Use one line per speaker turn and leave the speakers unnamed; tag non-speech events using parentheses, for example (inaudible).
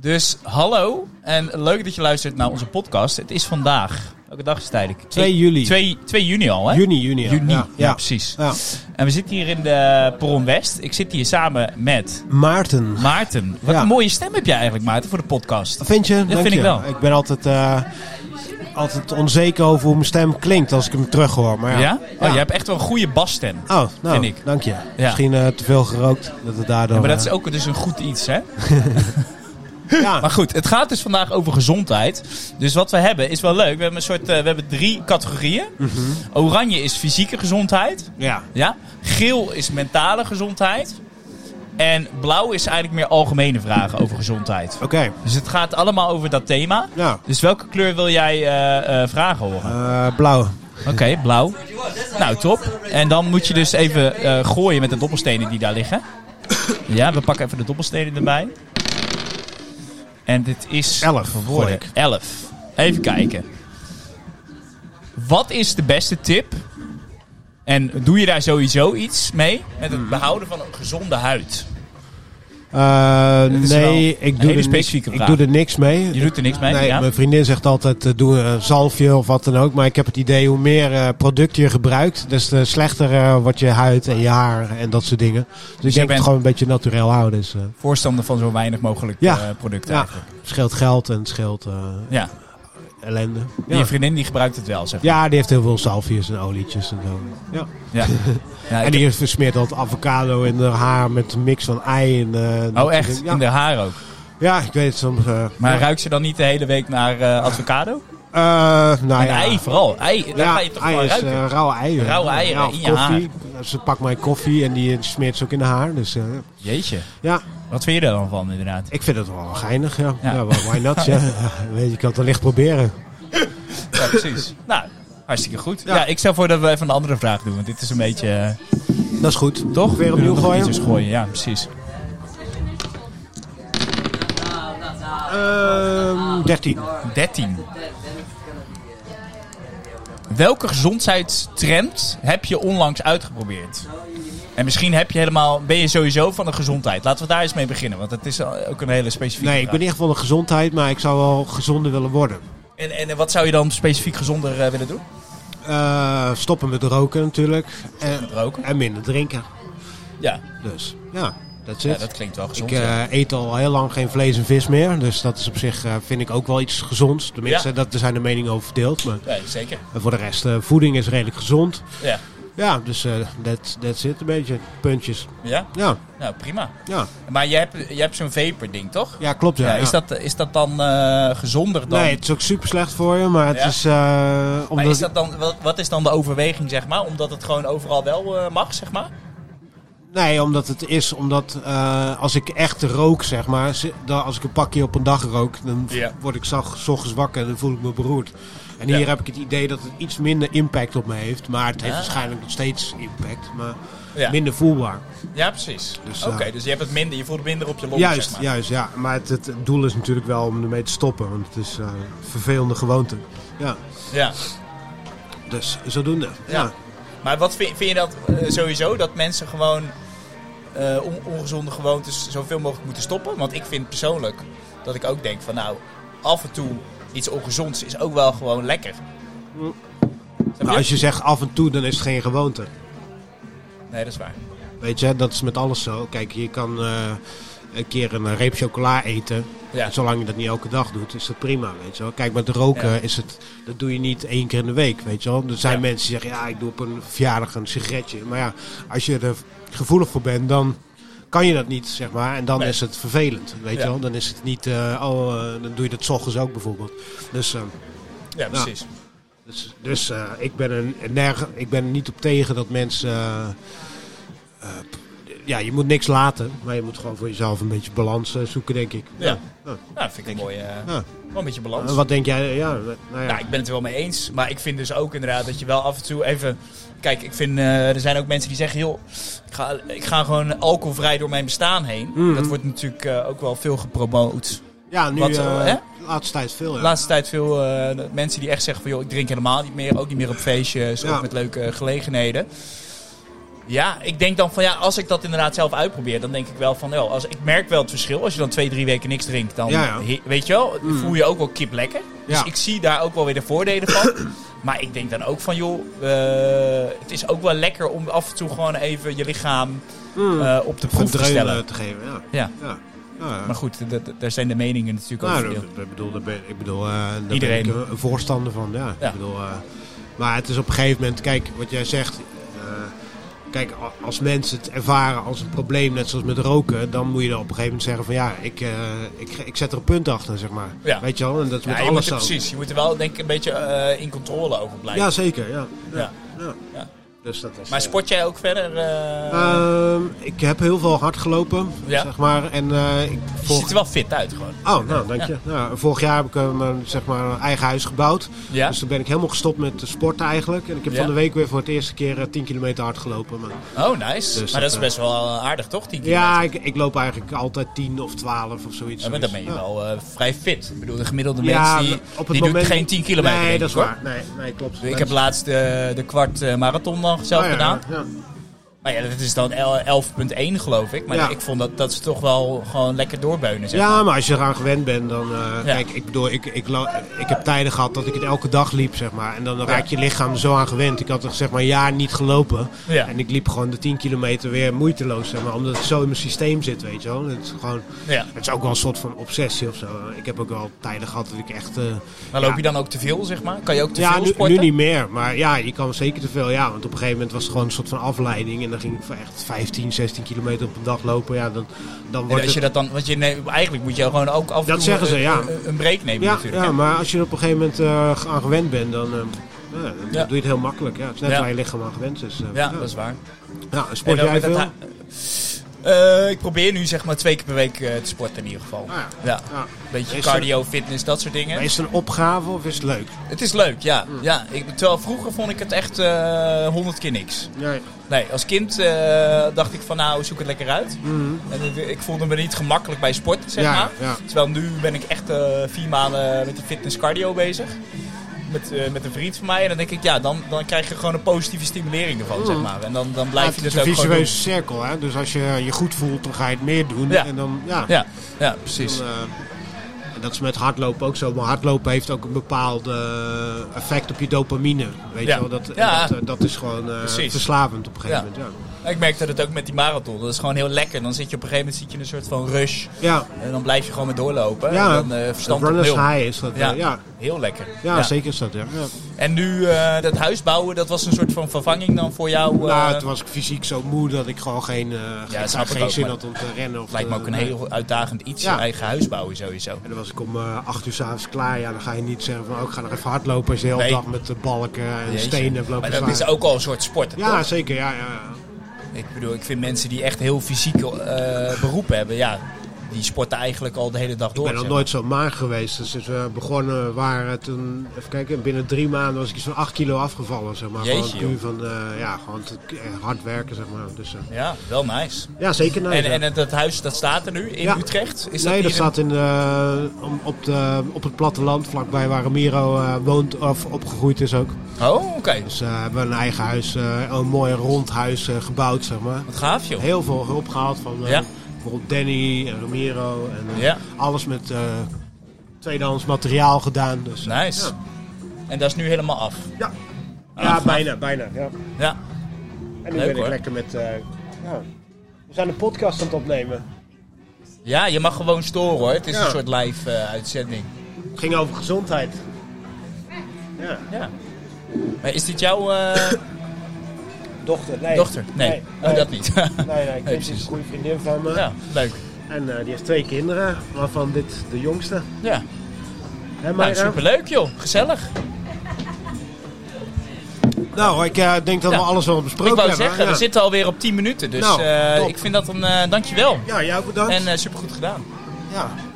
Dus hallo en leuk dat je luistert naar onze podcast. Het is vandaag. Welke dag is het eigenlijk?
2 juli.
2, 2 juni al, hè?
Juni, juni.
Juni, ja,
Ja, ja.
precies.
Ja.
En we zitten hier in de Perron West. Ik zit hier samen met
Maarten.
Maarten. Wat
Ja.
een mooie stem heb jij eigenlijk, Maarten, voor de podcast.
Vind je? Dank
vind
je.
ik wel.
Ik ben altijd, eh, altijd onzeker over hoe mijn stem klinkt als ik hem terug hoor. Maar ja.
Ja? Oh, je hebt echt wel een goede basstem.
Oh, nou,
Vind ik.
dank je. Misschien eh, te veel gerookt. Dat het daardoor...
Ja, maar dat is
eh,
ook dus een goed iets, hè?
ja.
Maar goed, het gaat dus vandaag over gezondheid. Dus wat we hebben is wel leuk. We hebben, een soort, eh, we hebben drie categorieën.
Mhm.
Oranje is fysieke gezondheid.
ja.
Ja? Geel is mentale gezondheid. En blauw is eigenlijk meer algemene vragen over gezondheid.
Oké.
Dus het gaat allemaal over dat thema.
Ja.
Dus welke kleur wil jij eh, eh, vragen horen?
Eh, blauw.
Oké, blauw. Nou, top. En dan moet je dus even eh, gooien met de dobbelstenen die daar liggen. Ja, we pakken even de dobbelstenen erbij. En dit is...
Elf, hoor
Worden.
ik.
11. Even kijken. Wat is de beste tip? En doe je daar sowieso iets mee? Met
Mm.
het behouden van een gezonde huid.
Eh,
is
nee,
wel een
ik doe,
hele
er niks,
specifieke
ik
vraag.
doe er niks mee.
Je doet er niks mee,
Nee,
ja?
mijn vriendin zegt altijd, eh, doe een zalfje of wat dan ook. Maar ik heb het idee, hoe meer eh, product je gebruikt, des te slechter eh, wordt je huid en je haar en dat soort dingen. Dus, ik denk
bent-
het gewoon een beetje naturel houden. Dus, eh,
Voorstander van zo weinig mogelijk
Ja.
eh, producten
ja,
eigenlijk.
het scheelt geld en het scheelt eh,
Ja.
ellende.
Je
Ja.
vriendin die gebruikt het wel, zeg maar.
ja, die heeft heel veel zalfjes en olietjes en zo. Ja.
Ja.
(laughs)
Ja,
En
ik-
die versmeert altijd avocado in haar haar met een mix van ei en... eh, dat
oh,
soort
echt?
dingen.
In
Ja,
de haar ook.
ja, ik weet het soms. eh,
Maar
ja.
ruikt ze dan niet de hele week naar eh, avocado?
Eh, nou
en
ja.
ei vooral. Ei, daar
Ja,
ga je toch
ei
wel
is,
ruiken.
eh, rauwe eieren.
Rauwe eieren
Rauwe
in je
koffie. Ze pakt mijn koffie en die smeert ze ook in haar haar. Dus eh,
Jeetje.
ja,
Wat vind je daar dan van, inderdaad?
ik vind het wel geinig. Ja,
Ja.
ja. why why
(laughs)
not? ja. Weet je, ik kan het wellicht proberen.
Ja, precies. nou, hartstikke goed. Ja.
Ja.
ik stel voor dat we even een andere vraag doen. Want dit is een beetje... eh,
Dat is goed.
Toch?
Weer opnieuw
Nog
gooien?
iets dus gooien, ja, precies.
Ehm 13.
13. Welke gezondheidstrend heb je onlangs uitgeprobeerd? En misschien heb je helemaal, ben je sowieso van de gezondheid. Laten we daar eens mee beginnen, want het is ook een hele specifieke
Nee, ik ben
vraag.
niet echt van de gezondheid, maar ik zou wel gezonder willen worden.
En, en eh, wat zou je dan specifiek gezonder eh, willen doen?
Eh, stoppen met roken natuurlijk. En,
Met roken?
en minder drinken.
Ja,
Dus ja, dat is
ja
het.
dat klinkt wel gezond.
Ik eh,
ja.
eet al heel lang geen vlees en vis meer. Dus dat is op zich, eh, vind ik ook wel iets gezonds. Tenminste,
Ja.
dat, er zijn de meningen over verdeeld. Maar
Nee, zeker.
En voor de rest, eh, voeding is redelijk gezond.
Ja.
Ja, dus eh that, that's it een beetje. Puntjes.
ja,
Ja,
nou prima.
ja.
Maar je hebt, je hebt zo'n vapor-ding, toch?
ja klopt. Ja,
Ja, is,
ja.
dat, is dat dan eh, gezonder dan?
Nee, het is ook super slecht voor je, maar het
Ja.
is... eh
Maar
omdat...
is dat dan, wat, wat is dan de overweging, zeg maar? Omdat het gewoon overal wel eh, mag, zeg maar?
Nee, omdat het is, omdat eh, als ik echt rook, zeg maar, zi- dan, als ik een pakje op een dag rook, dan v-
Ja.
word ik zag, 's ochtends wakker en dan voel ik me beroerd. En
Ja.
hier heb ik het idee dat het iets minder impact op me heeft, maar het heeft
Ah.
waarschijnlijk nog steeds impact, maar
Ja.
minder voelbaar.
Ja, precies.
Dus,
Oké,
eh,
dus je hebt het minder, je voelt het minder op je longen,
Juist,
zeg maar.
juist, ja. Maar het, het doel is natuurlijk wel om ermee te stoppen, want het is eh, een vervelende gewoonte. Ja,
Ja.
dus zodoende.
Ja.
Ja.
Maar wat vind, vind je dat eh, sowieso, dat mensen gewoon eh, on- ongezonde gewoontes zoveel mogelijk moeten stoppen? Want ik vind persoonlijk dat ik ook denk van nou, af en toe iets ongezonds is ook wel gewoon lekker. Snap
Hm. Nou,
je?
als je zegt af en toe, dan is het geen gewoonte.
Nee, dat is waar.
Weet je, dat is met alles zo. Kijk, je kan eh, een keer een reep chocola eten.
Ja.
Zolang je dat niet elke dag doet, is dat prima, weet je wel. Kijk, met roken
Ja.
is het, dat doe je niet één keer in de week, weet je wel. Er zijn
Ja.
mensen die zeggen, ja, ik doe op een verjaardag een sigaretje. Maar ja, als je er gevoelig voor bent, dan kan je dat niet, zeg maar. En dan
Nee.
is het vervelend, weet
Ja.
je wel. Dan is het niet, eh, oh, eh, dan doe je dat 's ochtends ook bijvoorbeeld. Dus... eh,
Ja, precies.
dus, dus eh, ik, ben er nerg- ik ben er niet op tegen dat mensen. eh, eh, p- ja, je moet niks laten, maar je moet gewoon voor jezelf een beetje balans eh, zoeken, denk ik.
Ja. Nou, vind ik een mooie, eh,
Ja.
wel een beetje balans.
Eh, wat denk jij? Ja, nou ja.
Ja, ik ben het er wel mee eens. Maar ik vind dus ook inderdaad dat je wel af en toe even... Kijk, ik vind, eh, er zijn ook mensen die zeggen... joh, ik ga, ik ga gewoon alcoholvrij door mijn bestaan heen.
Mhm.
Dat wordt natuurlijk eh, ook wel veel gepromoot.
ja, nu
wat,
eh,
eh, hè?
de laatste tijd veel.
De
Ja.
laatste tijd veel eh, mensen die echt zeggen van... joh, ik drink helemaal niet meer. Ook niet meer op feestjes
Ja.
of met leuke gelegenheden. Ja, ik denk dan van ja, als ik dat inderdaad zelf uitprobeer, dan denk ik wel van, joh, als, ik merk wel het verschil. Als je dan twee, drie weken niks drinkt, dan
Ja, ja. Mm.
he- weet je wel, voel je ook wel kip lekker. Dus
Ja.
ik zie daar ook wel weer de voordelen van. (clears throat) maar ik denk dan ook van, joh, eh, het is ook wel lekker om af en toe gewoon even je lichaam
Mm.
eh, op de proef te
Gedreun,
stellen.
eh, te geven. Ja.
Ja.
ja. ja.
Maar goed, d- d- daar zijn de meningen natuurlijk ook
Nou, dat-
verdeeld.
dat bedoel, daar ben, ik bedoel, eh, daar ben
Iedereen.
ik een- een voorstander van. Ja.
Ja.
Ik bedoel, eh, maar het is op een gegeven moment, kijk, wat jij zegt. eh, kijk, a- als mensen het ervaren als een probleem, net zoals met roken, dan moet je dan op een gegeven moment zeggen van ja, ik, eh, ik, ik zet er een punt achter, zeg maar.
Ja.
Weet je wel, en dat is
Ja,
met
je moet
alles
er,
zo.
precies, je moet er wel denk ik een beetje eh, in controle over blijven.
Ja, zeker. Ja. Ja.
Ja.
ja.
Ja.
Dus dat is,
Maar
eh,
sport jij ook verder? eh,
Ehm, ik heb heel veel hard gelopen,
Ja.
zeg maar. En, eh, ik,
je
vorig-
ziet er wel fit uit gewoon.
Oh, nou, dank je. Nou, vorig jaar heb ik eh, mijn zeg maar, eigen huis gebouwd.
Ja?
Dus toen ben ik helemaal gestopt met de sport eigenlijk. En ik heb
Ja.
van de week weer voor het eerste keer eh, 10 kilometer hard gelopen. Maar...
Oh, nice.
Dus
maar dat
dat,
is
eh,
best wel eh, aardig toch, 10 kilometer?
Ja, ik, ik loop eigenlijk altijd 10 of 12 of zoiets. Dus,
Ja, maar dan ben je
Ja.
wel eh, vrij fit. Ik bedoel, de gemiddelde
Ja,
mens die,
op het
die
moment...
doet geen 10 kilometer.
Nee,
denk
dat
ik,
is
hoor.
waar. Nee, nee klopt.
Ik heb laatst eh, de kwart eh, marathon dan zelf
Oh, ja,
gedaan.
ja, ja.
Maar ja, dat is dan el- 11.1 geloof ik. Maar
Ja.
ik vond dat, dat ze toch wel gewoon lekker doorbeunen. Zeg.
Ja, maar als je eraan gewend bent, dan... eh,
Ja.
Kijk, ik bedoel, ik, ik, lo- ik heb tijden gehad dat ik het elke dag liep, zeg maar. En dan raak je lichaam er zo aan gewend. Ik had er zeg maar een jaar niet gelopen.
Ja.
En ik liep gewoon de 10 kilometer weer moeiteloos, zeg maar. Omdat het zo in mijn systeem zit, weet je wel. Het is gewoon...
Ja.
Het is ook wel een soort van obsessie of zo. Ik heb ook wel tijden gehad dat ik echt... eh,
Maar loop je dan ook te veel, zeg maar? Kan je ook te
ja,
veel
nu,
sporten?
nu niet meer. Maar ja, je kan zeker te veel. Ja, want op een gegeven moment was het gewoon een soort van afleiding. En dan ging ik voor echt 15, 16 kilometer op een dag lopen. Ja, dan, dan
En
wordt
als je
het...
dat dan, want je neemt- eigenlijk moet je gewoon ook af en
Dat
toe
zeggen ze,
een-
ja.
een, een break nemen
Ja,
natuurlijk.
ja,
hè?
maar als je er op een gegeven moment eh, aan gewend bent, dan, eh, ja, dan
Ja.
doe je het heel makkelijk. Ja, het is net
Ja.
waar je lichaam aan gewend is. eh.
ja, dat is waar.
Ja, sport jij
En dan
veel?
met dat
Ah,
ha- Eh, ik probeer nu zeg maar twee keer per week eh, te sporten in ieder geval.
Ah, ja.
Ja.
Ja.
Beetje
Is
cardio, fitness, dat soort dingen.
Maar is het een opgave of is het leuk?
Het is leuk, ja. ja ik, terwijl vroeger vond ik het echt eh, honderd keer niks.
Ja,
Nee, als kind eh, dacht ik van nou, zoek het lekker uit. En ik, ik voelde me niet gemakkelijk bij sport, zeg
Mhm. Ja,
maar.
ja.
Terwijl nu ben ik echt eh, vier maanden met die fitness cardio bezig. Met, eh, met een vriend van mij. En dan denk ik, ja, dan, dan krijg je gewoon een positieve stimulering ervan, zeg maar. En dan, dan blijf
Mhm. het
je
is
dus
een
ook gewoon doen.
visueuze cirkel. Hè? Dus als je je goed voelt, dan ga je het meer doen.
Ja.
En dan, ja,
Ja, ja, precies.
Dan, eh, en dat is met hardlopen ook zo. Maar hardlopen heeft ook een bepaald eh, effect op je dopamine. Weet
Ja.
je wel? Dat,
Ja.
dat, eh, dat is gewoon eh,
Precies.
verslavend op een gegeven
Ja.
moment.
Ik merkte dat ook met die marathon. Dat is gewoon heel lekker. Dan zit je op een gegeven moment zit je in een soort van rush.
Ja,
En dan blijf je gewoon maar doorlopen.
ja.
En dan eh, verstand op
runners
nul.
high is dat. eh,
Ja.
ja.
Heel lekker.
Ja, zeker is dat. Ja. Ja.
En nu eh, dat huis bouwen, dat was een soort van vervanging dan voor jou. eh,
Nou, toen was ik fysiek zo moe dat ik gewoon geen, eh, geen,
snap ik
geen
ook,
zin
maar
had om te rennen. Of
het lijkt me
te-
ook een heel uitdagend iets,
eh, Ja.
je eigen huis bouwen sowieso.
En dan was ik om eh, acht uur s'avonds klaar. Ja, dan ga je niet zeggen van, oh, ik ga nog even hardlopen. Als je de hele
Nee.
dag met de balken en
Jeetje.
stenen hebt lopen
Maar dat
slaan.
is ook al een soort sport.
Ja,
toch?
zeker. Ja, ja, ja.
Ik bedoel, ik vind mensen die echt heel fysiek eh beroepen hebben, ja, die sporten eigenlijk al de hele dag
Ik
door.
ben nog
zeg
nooit zo mager geweest. Dus sinds we begonnen waren toen, even kijken, binnen drie maanden was ik zo'n 8 kilo afgevallen. Zeg maar.
Jeetje,
gewoon puur van, eh, ja, gewoon te- eh, hard werken, zeg maar. Dus, eh,
maar. Ja, wel nice.
ja, zeker. nice,
En,
ja.
en het- dat huis, dat staat er nu in
Ja.
Utrecht? Is
nee,
hier
dat
in-
staat in, eh, om- op, de, op het platteland, vlakbij waar Ramiro eh, woont of opgegroeid is ook.
Oh, oké.
Dus eh, hebben we een eigen huis, eh, een mooi rond huis eh, gebouwd, zeg maar.
Wat gaaf, joh.
Heel veel hulp gehaald van eh,
Ja.
bijvoorbeeld Danny en Ramiro. En, eh,
Ja.
Alles met eh, tweedehands materiaal gedaan. Dus, eh,
Nice.
ja.
En dat is nu helemaal af.
Ja,
Ah, gaaf.
bijna, bijna. Ja.
Ja.
En nu
Leuk,
ben ik
hoor.
lekker met... eh, ja. We zijn een podcast aan het opnemen.
ja, je mag gewoon storen hoor. Het is
Ja.
een soort live eh, uitzending.
Het ging over gezondheid. Ja,
Ja. Maar is dit jouw eh,
dochter. Nee.
dochter? Nee, Oh, dat niet. (laughs)
Nee, nee, Kim is
precies.
een goede vriendin van me.
ja, leuk.
En eh, die heeft twee kinderen, waarvan dit de jongste.
Ja,
Hè,
nou,
Mayra?
superleuk joh. Gezellig.
Nou, ik eh, denk dat
Ja.
we alles wel
Ik
besproken
wou
hebben.
zeggen,
ja.
we zitten alweer op 10 minuten. Dus
Nou,
eh,
top.
ik vind dat een eh dankjewel.
Ja, jou bedankt.
En eh supergoed gedaan.
ja.